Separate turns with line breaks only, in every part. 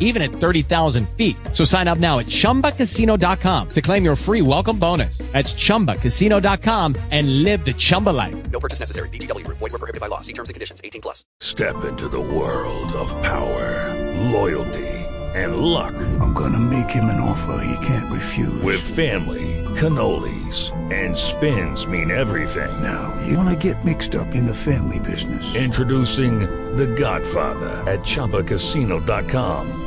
even at 30,000 feet. So sign up now at ChumbaCasino.com to claim your free welcome bonus. That's ChumbaCasino.com and live the Chumba life.
No purchase necessary. BGW. Void were prohibited by law. See terms and conditions. 18 plus.
Step into the world of power, loyalty, and luck
I'm gonna make him an offer he can't refuse.
with family, cannolis, and spins mean everything.
now, you wanna get mixed up in the family business.
Introducing The Godfather at ChumbaCasino.com.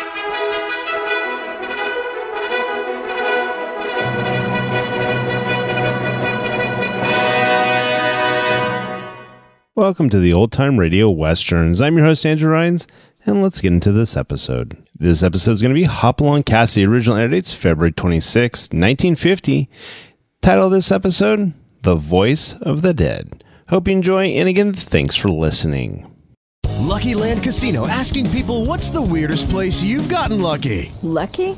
Welcome to the Old Time Radio Westerns. I'm your host, Andrew Rhines, and let's get into this episode. This episode is going to be Hopalong Cast. The original air date's February 26, 1950. Title of this episode, The Voice of the Dead. Hope you enjoy, and again, thanks for listening.
Lucky Land Casino asking people what's the weirdest place you've gotten lucky?
Lucky?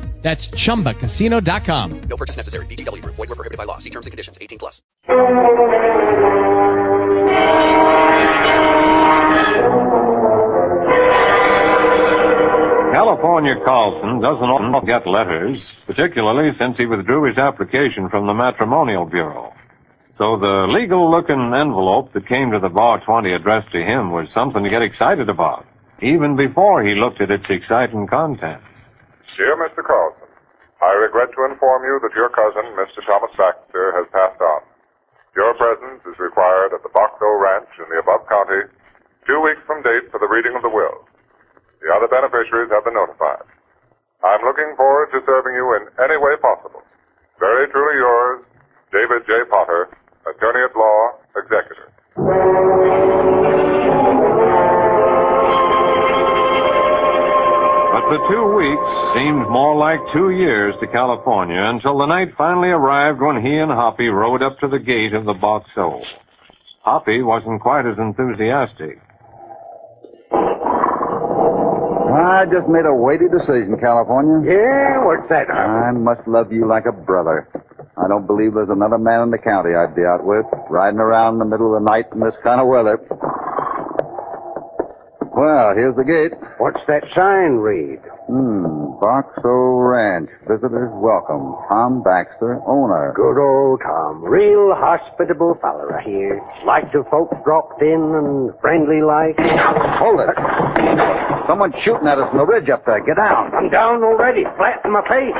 That's chumbacasino.com.
No purchase necessary. BGW. Void were prohibited by law. See terms and conditions. 18 plus.
California Carlson doesn't often get letters, particularly since he withdrew his application from the Matrimonial Bureau. So the legal-looking envelope that came to the Bar 20 addressed to him was something to get excited about, even before he looked at its exciting contents.
Dear Mr. Carlson, I regret to inform you that your cousin, Mr. Thomas Baxter, has passed on. Your presence is required at the Box O Ranch in the above county, two weeks from date for the reading of the will. The other beneficiaries have been notified. I'm looking forward to serving you in any way possible. Very truly yours, David J. Potter, Attorney at Law, Executor.
But the two weeks seemed more like two years to California until the night finally arrived when he and Hoppy rode up to the gate of the Box O. Hoppy wasn't quite as enthusiastic.
I just made a weighty decision, California.
Yeah, what's that?
I must love you like a brother. I don't believe there's another man in the county I'd be out with, riding around in the middle of the night in this kind of weather. Well, here's the gate.
What's that sign read?
Hmm, Box O Ranch. Visitors welcome. Tom Baxter, owner.
Good old Tom. Real hospitable feller here. Like to folks dropped in and friendly like.
Hold it. Someone's shooting at us from the ridge up there. Get down.
I'm down already, flat in my face.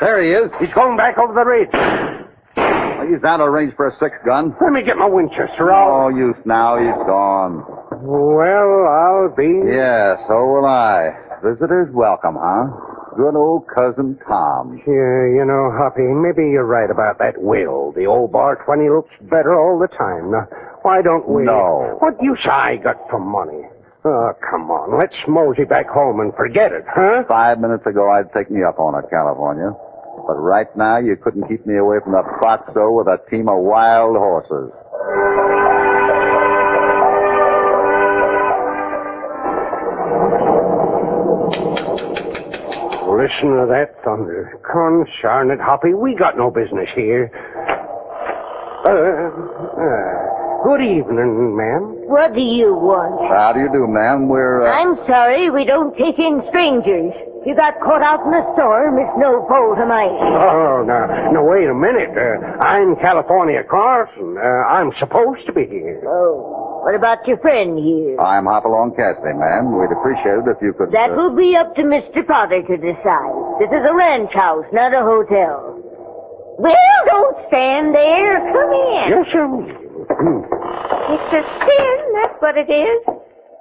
There he is.
He's going back over the ridge.
He's out of range for a six gun.
Let me get my Winchester
No use now. He's gone.
Well, I'll be.
Yeah, so will I. Visitors welcome, huh? Good old cousin Tom.
Yeah, you know, Hoppy, maybe you're right about that will. The old bar 20 looks better all the time. Now, why don't we?
No.
What use I got for money? Oh, come on. Let's mosey back home and forget it, huh?
Five minutes ago, I'd taken you up on it, California. But right now, you couldn't keep me away from the Foxo with a team of wild horses.
listen to that thunder. Concern it, Hoppy. We got no business here. Uh, uh, good evening, ma'am.
What do you want?
How do you do, ma'am? We're, uh,
I'm sorry, we don't take in strangers. You got caught out in the storm. It's no fool tonight.
Oh, now, now, wait a minute. Uh, I'm California Carlson. Uh, I'm supposed to be here.
Oh, what about your friend here?
I'm Hopalong Cassidy, ma'am. We'd appreciate it if you could.
That
uh,
will be up to Mr. Potter to decide. This is a ranch house, not a hotel. Well, don't stand there. Come in.
Yes, sir.
It's a sin, that's what it is.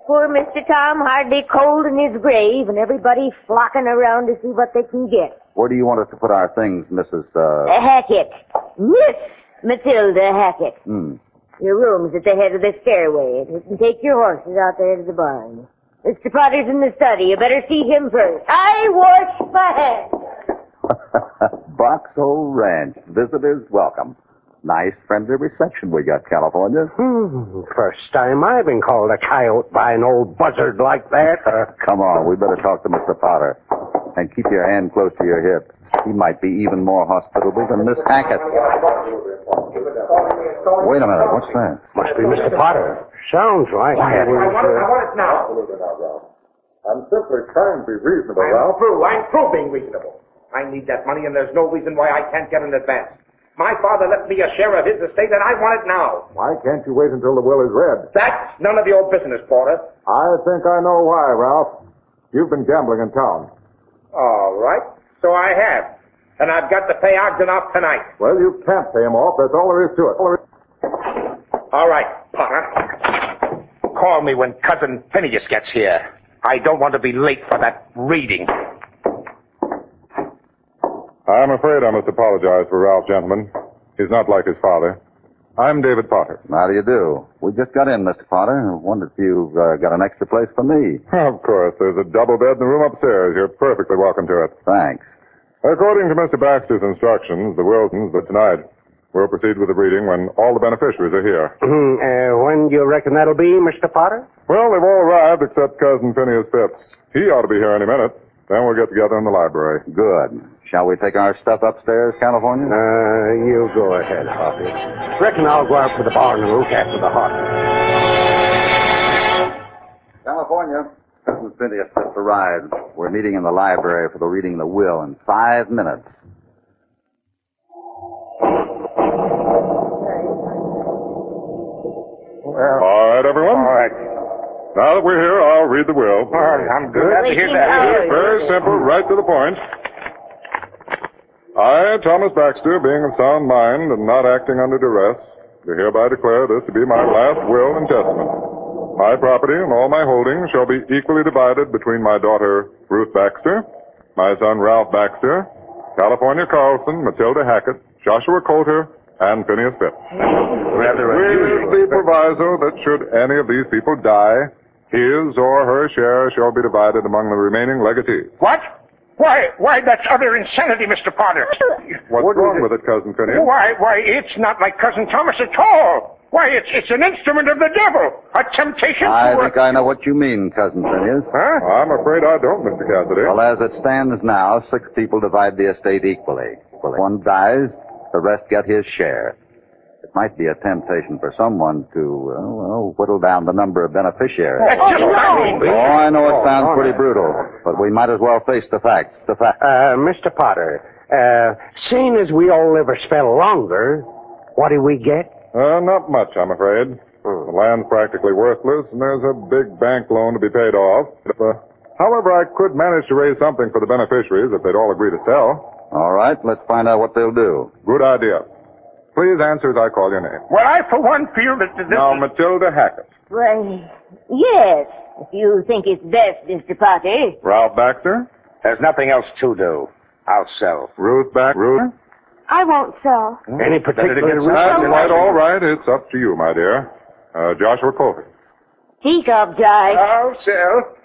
Poor Mr. Tom hardly cold in his grave and everybody flocking around to see what they can get.
where do you want us to put our things, Mrs. Uh,
Uh, Hackett. Miss Matilda Hackett.
hmm.
Your room's at the head of the stairway, and you can take your horses out there to the barn. Mr. Potter's in the study. You better see him first. I wash my hands.
Box Hole Ranch. Visitors welcome. Nice friendly reception we got, California.
Hmm, first time I've been called a coyote by an old buzzard like that. Uh,
Come on, we better talk to Mr. Potter. And keep your hand close to your hip. He might be even more hospitable than Miss Hackett. Wait a minute, what's that?
Must be Mr. Potter. Sounds like it was, uh,
it now.
I'm simply trying to be reasonable,
I'm through. I'm through being reasonable. I need that money, and there's no reason why I can't get an advance. My father left me a share of his estate, and I want it now.
Why can't you wait until the will is read?
That's none of your business, Porter.
I think I know why, Ralph. You've been gambling in town.
All right. So I have. And I've got to pay Ogden off tonight.
Well, you can't pay him off. That's all there is to it.
All right, Potter. Call me when Cousin Phineas gets here. I don't want to be late for that reading.
I'm afraid I must apologize for Ralph, gentlemen. He's not like his father. I'm David Potter.
How do you do? We just got in, Mr. Potter. I wondered if you've uh, got an extra place for me.
Of course, there's a double bed in the room upstairs. You're perfectly welcome to it.
Thanks.
According to Mr. Baxter's instructions, the Wilsons, but tonight, we'll proceed with the reading when all the beneficiaries are here.
Hmm, uh, when do you reckon that'll be, Mr. Potter?
Well, they've all arrived except Cousin Phineas Phipps. He ought to be here any minute. Then we'll get together in the library.
Good. Shall we take our stuff upstairs, California?
Uh, you go ahead, Hoppy. Reckon I'll go out to the barn and look after the horses.
California. Cousin Phineas just arrived. We're meeting in the library for the reading of the will in five minutes.
all right, everyone. All right. Now that we're here, I'll read the will. All right, I'm
glad to hear that.
It is very simple, right to the point. I, Thomas Baxter, being of sound mind and not acting under duress, do hereby declare this to be my last will and testament. My property and all my holdings shall be equally divided between my daughter, Ruth Baxter, my son, Ralph Baxter, California Carlson, Matilda Hackett, Joshua Coulter, and Phineas Phipps. With the proviso that should any of these people die, his or her share shall be divided among the remaining legatees.
What? Why, why, that's utter insanity, Mr. Potter.
What's wrong with it, Cousin Phineas?
Why, why, it's not like Cousin Thomas at all. Why, it's, it's an instrument of the devil. A temptation
I
to...
think I know what you mean, Cousin Phineas.
Huh? I'm afraid I don't, Mr. Cassidy.
Well, as it stands now, six people divide the estate equally. Well, if one dies, the rest get his share. It might be a temptation for someone to, uh, well, whittle down the number of beneficiaries.
That's just like me.
Oh, I know it sounds
all
pretty
right.
brutal, but we might as well face the facts. The facts.
Um,
Uh, Mr. Potter, uh, seeing as we all live a spell longer, what do we get?
Uh, not much, I'm afraid.
Hmm.
The land's practically worthless, and there's a big bank loan to be paid off. Uh, however, I could manage to raise something for the beneficiaries if they'd all agree to sell.
All right, let's find out what they'll do.
Good idea. Please answer as I call your name.
Well, I, for one, feel that this
Now, Matilda Hackett.
Why, yes, if you think it's best, Mr. Potter.
Ralph Baxter.
There's nothing else to do. I'll sell.
Ruth Baxter. Ruth?
I won't sell.
Any particular
That's quite
reason?
all right. It's up to you, my dear. Uh, Joshua Colvin.
He oblige.
I'll sell.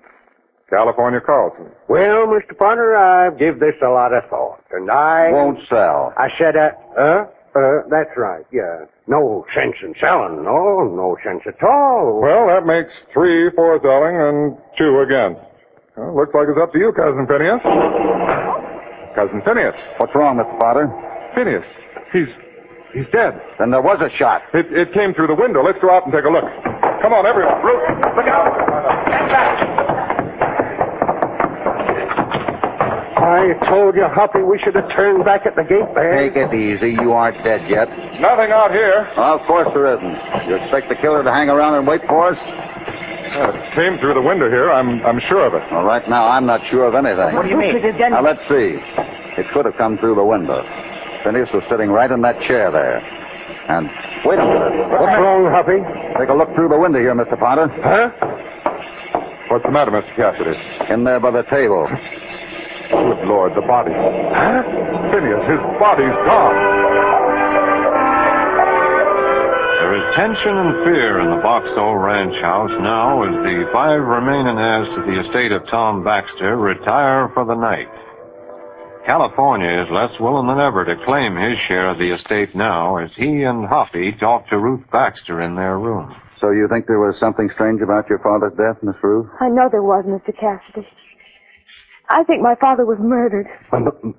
California Carlson.
Well, Mr. Potter, I've give this a lot of thought, and I...
Won't sell.
I said, uh, uh, uh, that's right, yeah. No sense in selling, no, no sense at all.
Well, that makes three for selling and two against. Well, looks like it's up to you, Cousin Phineas. Cousin Phineas.
What's wrong, Mr. Potter?
Phineas. He's he's dead.
Then there was a shot.
It, it came through the window. Let's go out and take a look. Come on, everyone. Ruth, look
I told you, Hoppy, we should have turned back at the gate there.
Take it easy. You aren't dead yet.
Nothing out here.
Well, of course there isn't. You expect the killer to hang around and wait for us?
Uh, it came through the window here. I'm I'm sure of it.
Well, right now I'm not sure of anything.
What do you mean? You could have done-
Now let's see. It could have come through the window. Phineas was sitting right in that chair there. And wait a minute.
What's wrong, Hoppy?
Take a look through the window here, Mr. Potter.
Huh? What's the matter, Mr. Cassidy?
In there by the table.
Good Lord, the body. Huh? Phineas, his body's gone.
There is tension and fear in the Box O Ranch house now as the five remaining heirs to the estate of Tom Baxter retire for the night. California is less willing than ever to claim his share of the estate now as he and Hoppy talk to Ruth Baxter in their room.
So you think there was something strange about your father's death, Miss Ruth?
I know there was, Mr. Cassidy. I think my father was murdered.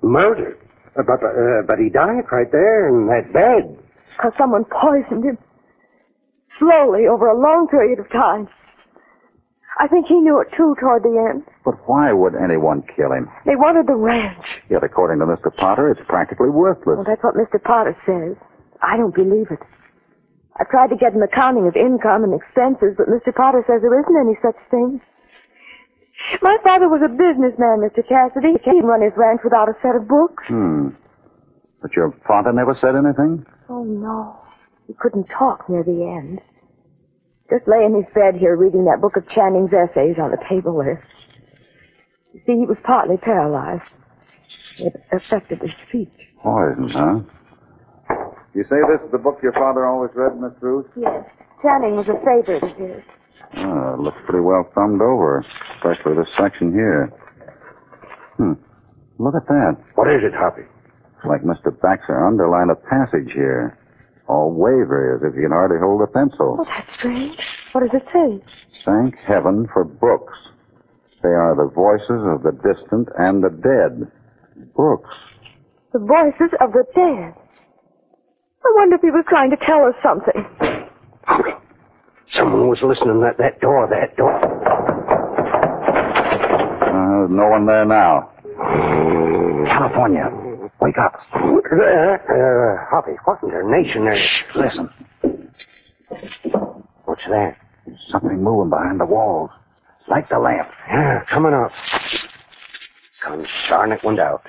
Murdered. Uh, But, uh, but he died right there in that bed.
Because someone poisoned him. Slowly, over a long period of time. I think he knew it too toward the end.
But why would anyone kill him?
They wanted the ranch.
Yet, according to Mr. Potter, it's practically
Well,
worthless.
that's what Mr. Potter says. I don't believe it. I tried to get an accounting of income and expenses, but Mr. Potter says there isn't any such thing. My father was a businessman, Mr. Cassidy. He can't run his ranch without a set of books.
Hmm. But your father never said anything?
Oh, no. He couldn't talk near the end. Just lay in his bed here reading that book of Channing's essays on the table there. You see, he was partly paralyzed. It affected his speech.
Poison, huh? You say this is the book your father always read, Miss Ruth?
Yes. Channing was a favorite of his.
Ah, it looks pretty well thumbed over, especially this section here. Hmm. Look at that.
What is it, Hoppy?
It's like Mr. Baxter underlined a passage here. All wavery, as if he can hardly hold a pencil.
Oh, That's strange. What does it say?
Thank heaven for books. They are the voices of the distant and the dead. Books.
The voices of the dead. I wonder if he was trying to tell us something.
Someone was listening at that door, that door.
Uh, no one there now.
California, wake up. Uh, uh, Hoppy, what in their nation there? Shh,
listen.
What's there?
Something moving behind the walls. Light the lamp.
Yeah, coming up. Come darn it, went out.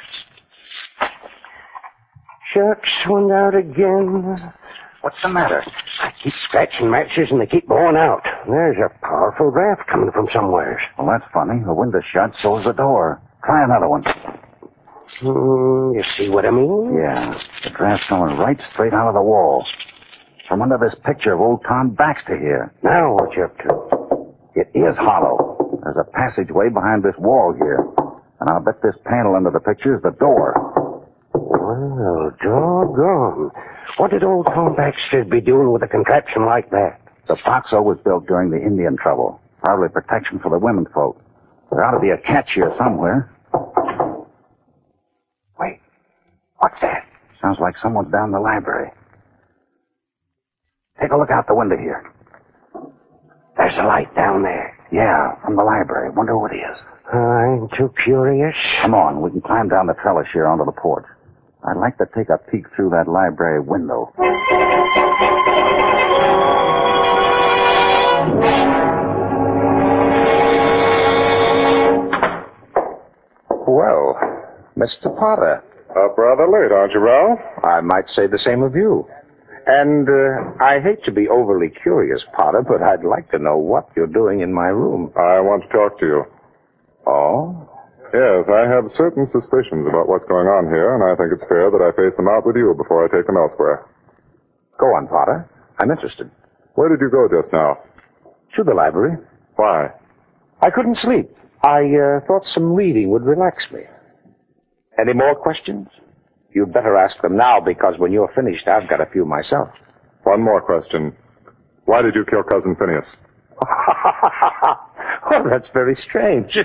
Shucks, went out again. What's the matter? I keep scratching matches and they keep blowing out. There's a powerful draft coming from somewheres.
Well, that's funny. The window's shut, so is the door. Try another one.
Hmm, you see what I mean?
Yeah, the draft's coming right straight out of the wall. From under this picture of old Tom Baxter here.
Now what you up to?
It is hollow. There's a passageway behind this wall here. And I'll bet this panel under the picture is the door.
Well, doggone. What did old Tom Baxter be doing with a contraption like that?
The Foxo was built during the Indian trouble. Probably protection for the women folk. There ought to be a catch here somewhere.
Wait, what's that?
Sounds like someone's down the library. Take a look out the window here.
There's a light down there.
Yeah, from the library. Wonder what it is.
I ain't too curious.
Come on, we can climb down the trellis here onto the porch. I'd like to take a peek through that library window.
Well, Mr. Potter,
Up rather Uh, late, aren't you, Ralph?
I might say the same of you. And uh, I hate to be overly curious, Potter, but I'd like to know what you're doing in my room.
I want to talk to you.
Oh?
Yes, I have certain suspicions about what's going on here, and I think it's fair that I face them out with you before I take them elsewhere.
Go on, Potter. I'm interested.
Where did you go just now?
To the library.
Why?
I couldn't sleep. I uh, thought some reading would relax me. Any more questions? You'd better ask them now, because when you're finished, I've got a few myself.
One more question. Why did you kill Cousin Phineas?
Well, that's very strange.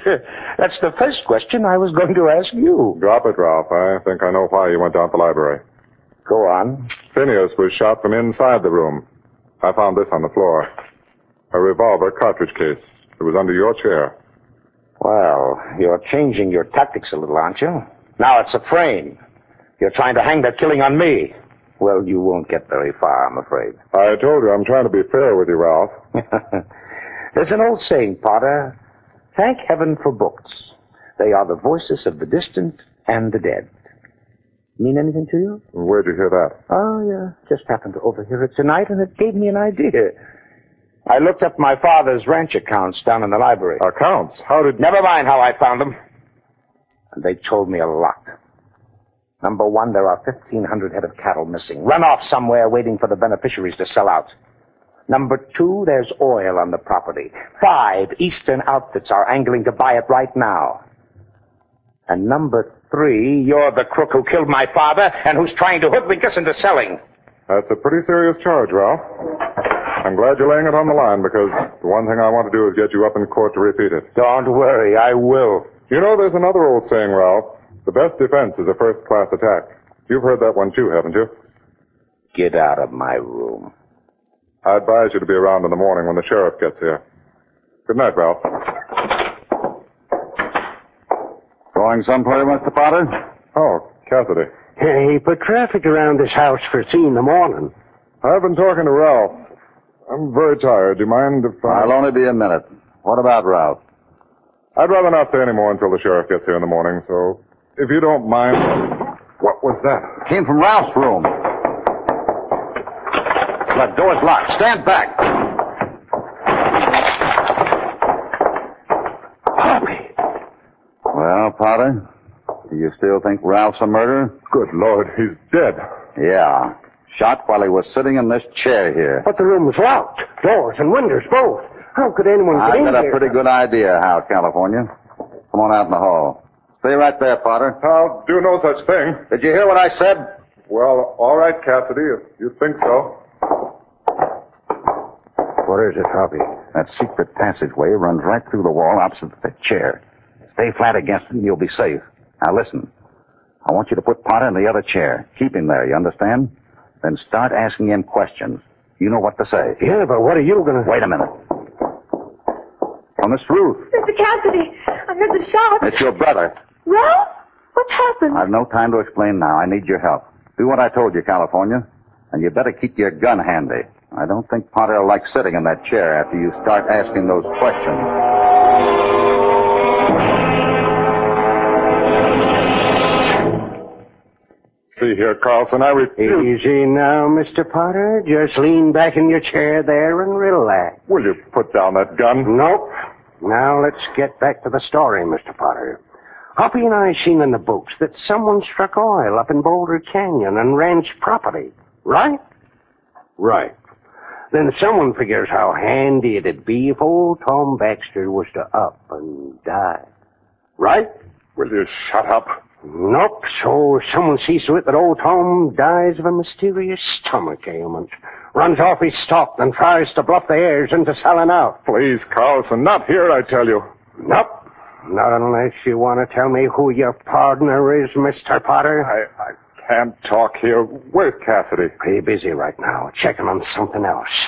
that's the first question I was going to ask you.
Drop it, Ralph. I think I know why you went down to the library.
Go on.
Phineas was shot from inside the room. I found this on the floor. A revolver cartridge case. It was under your chair.
Well, you're changing your tactics a little, aren't you? Now it's a frame. You're trying to hang the killing on me. Well, you won't get very far, I'm afraid.
I told you I'm trying to be fair with you, Ralph.
There's an old saying, Potter. Thank heaven for books. They are the voices of the distant and the dead. Mean anything to you?
Where'd you hear that?
Oh, yeah. Just happened to overhear it tonight, and it gave me an idea. I looked up my father's ranch accounts down in the library.
Accounts? How did.
Never mind how I found them. And they told me a lot. Number one, there are 1,500 head of cattle missing, run off somewhere waiting for the beneficiaries to sell out. Number two, there's oil on the property. Five Eastern outfits are angling to buy it right now. And number three, you're the crook who killed my father and who's trying to hoodwink us into selling.
That's a pretty serious charge, Ralph. I'm glad you're laying it on the line because the one thing I want to do is get you up in court to repeat it.
Don't worry, I will.
You know, there's another old saying, Ralph. The best defense is a first class attack. You've heard that one too, haven't you?
Get out of my room.
I advise you to be around in the morning when the sheriff gets here. Good night, Ralph.
Going someplace, Mr. Potter?
Oh, Cassidy.
Hey, put traffic around this house for three in the morning.
I've been talking to Ralph. I'm very tired. Do you mind if I...
I'll only be a minute. What about Ralph?
I'd rather not say any more until the sheriff gets here in the morning, so if you don't mind. What was that?
Came from Ralph's room. That door's locked. Stand back.
Happy.
Well, Potter, do you still think Ralph's a murderer?
Good Lord, he's dead.
Yeah. Shot while he was sitting in this chair here.
But the room was locked. Doors and windows both. How could anyone get
I
in
got
here?
a pretty good idea how, California. Come on out in the hall. Stay right there, Potter.
I'll do no such thing.
Did you hear what I said?
Well, all right, Cassidy, if you think so.
What is it, Hoppy? That secret passageway runs right through the wall opposite the chair. Stay flat against it and you'll be safe. Now listen. I want you to put Potter in the other chair. Keep him there, you understand? Then start asking him questions. You know what to say.
Yeah, but what are you gonna...
Wait a minute. Oh, Miss Ruth,
Mr. Cassidy, I heard the shot.
it's your brother.
Ralph? What's happened?
I've no time to explain now. I need your help. Do what I told you, California. And you better keep your gun handy. I don't think Potter will like sitting in that chair after you start asking those questions.
See here, Carlson, I refuse.
Easy now, Mr. Potter. Just lean back in your chair there and relax.
Will you put down that gun?
Nope. Now let's get back to the story, Mr. Potter. Hoppy and I seen in the books that someone struck oil up in Boulder Canyon on ranch property. Right? Right. Then someone figures how handy it'd be if old Tom Baxter was to up and die. Right?
Will you shut up?
Nope. So someone sees to it that old Tom dies of a mysterious stomach ailment. Runs off his stock and tries to bluff the heirs into selling out.
Please, Carlson, not here, I tell you.
Nope. Not unless you want to tell me who your partner is, Mr. Potter.
I, I can't talk here. Where's Cassidy?
Pretty busy right now, checking on something else.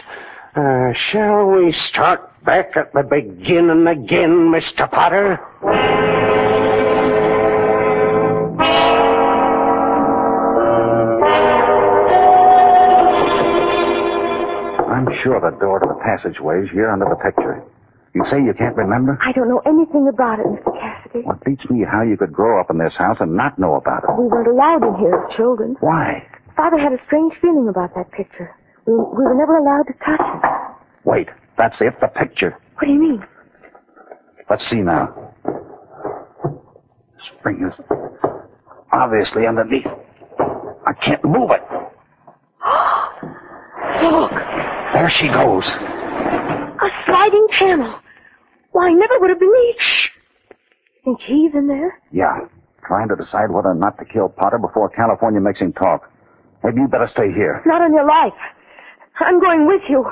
Uh, shall we start back at the beginning again, Mr. Potter?
I'm sure the door to the passageways here under the picture. You say you can't remember?
I don't know anything about it, Mr. Cassidy.
What beats me how you could grow up in this house and not know about it.
We weren't allowed in here as children.
Why?
Father had a strange feeling about that picture. We, we were never allowed to touch it.
Wait, that's it, the picture.
What do you mean?
Let's see now. Spring is obviously underneath. I can't move it.
Look,
There she goes.
a sliding panel. Why, never would have been me. Shh. Think he's in there?
Yeah, trying to decide whether or not to kill Potter before California makes him talk. Maybe you better stay here.
Not on your life. I'm going with you.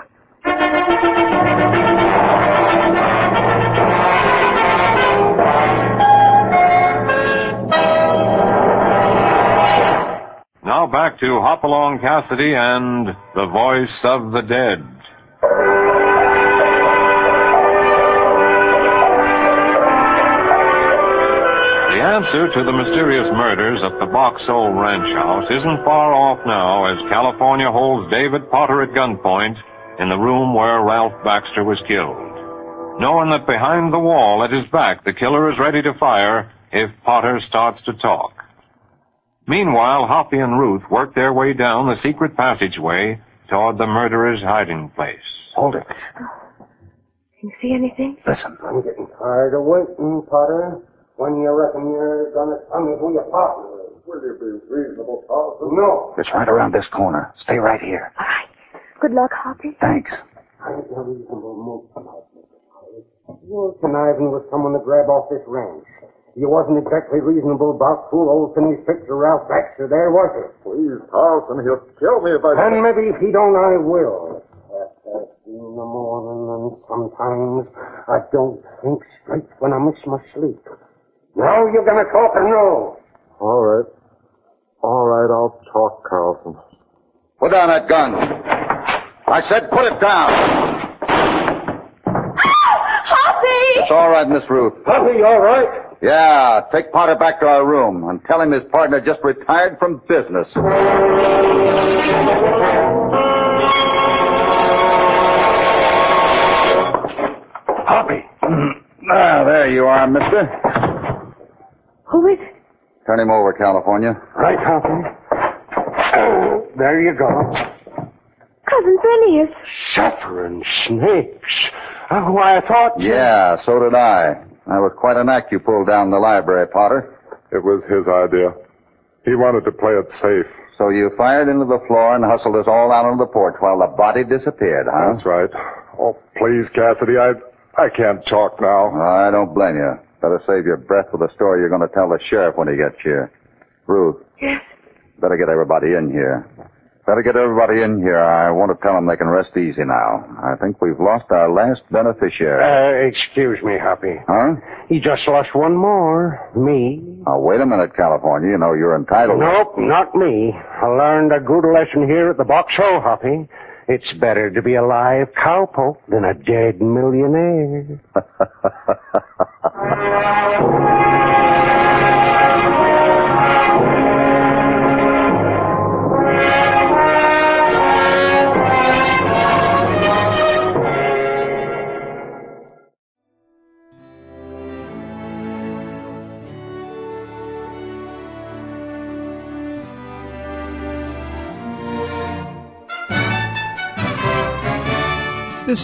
now back to Hopalong Cassidy and the voice of the dead. The answer to the mysterious murders at the Box Hole Ranch House isn't far off now as California holds David Potter at gunpoint in the room where Ralph Baxter was killed. Knowing that behind the wall at his back the killer is ready to fire if Potter starts to talk. Meanwhile, Hoppy and Ruth work their way down the secret passageway toward the murderer's hiding place.
Hold it.
Can you see anything?
Listen.
I'm getting tired of waiting, Potter. When you reckon you're gonna tell me who your partner is? Will you be reasonable, Carlson? No.
It's right around this corner. Stay right here.
Good luck, Hoppy.
Thanks.
I ain't no reasonable move tonight, Mr. Potter. You're conniving with someone to grab off this ranch. You wasn't exactly reasonable about fool old Finney's picture Ralph Baxter there, was you? Please, Carlson, he'll kill me if I Uh, And maybe if he don't, I will. After in the morning, and sometimes I don't think straight when I miss my sleep. Now you're gonna talk or no?
All right. All right, I'll talk, Carlson.
Put down that gun. I said put it down.
Hoppy!
It's all right, Miss Ruth.
Hoppy, all right?
Yeah, take Potter back to our room and tell him his partner just retired from business. Hoppy! ah, there you are, mister.
Who is it?
Turn him over, California.
Right, Hoppy. There you go.
Cousin Phineas.
Suffering snakes. Oh, why, I thought.
Yeah, so did I. That was quite an act you pulled down the library, Potter.
It was his idea. He wanted to play it safe.
So you fired into the floor and hustled us all out onto the porch while the body disappeared, huh?
That's right. Oh, please, Cassidy, I I can't talk now.
I don't blame you. Better save your breath for the story you're going to tell the sheriff when he gets here. Ruth.
Yes.
Better get everybody in here. Better get everybody in here. I want to tell them they can rest easy now. I think we've lost our last beneficiary.
Uh, excuse me, Hoppy.
Huh?
He just lost one more. Me.
Now, wait a minute, California. You know you're entitled.
Nope, not me. I learned a good lesson here at the Box Hole, Hoppy. It's better to be a live cowpoke than a dead millionaire.
This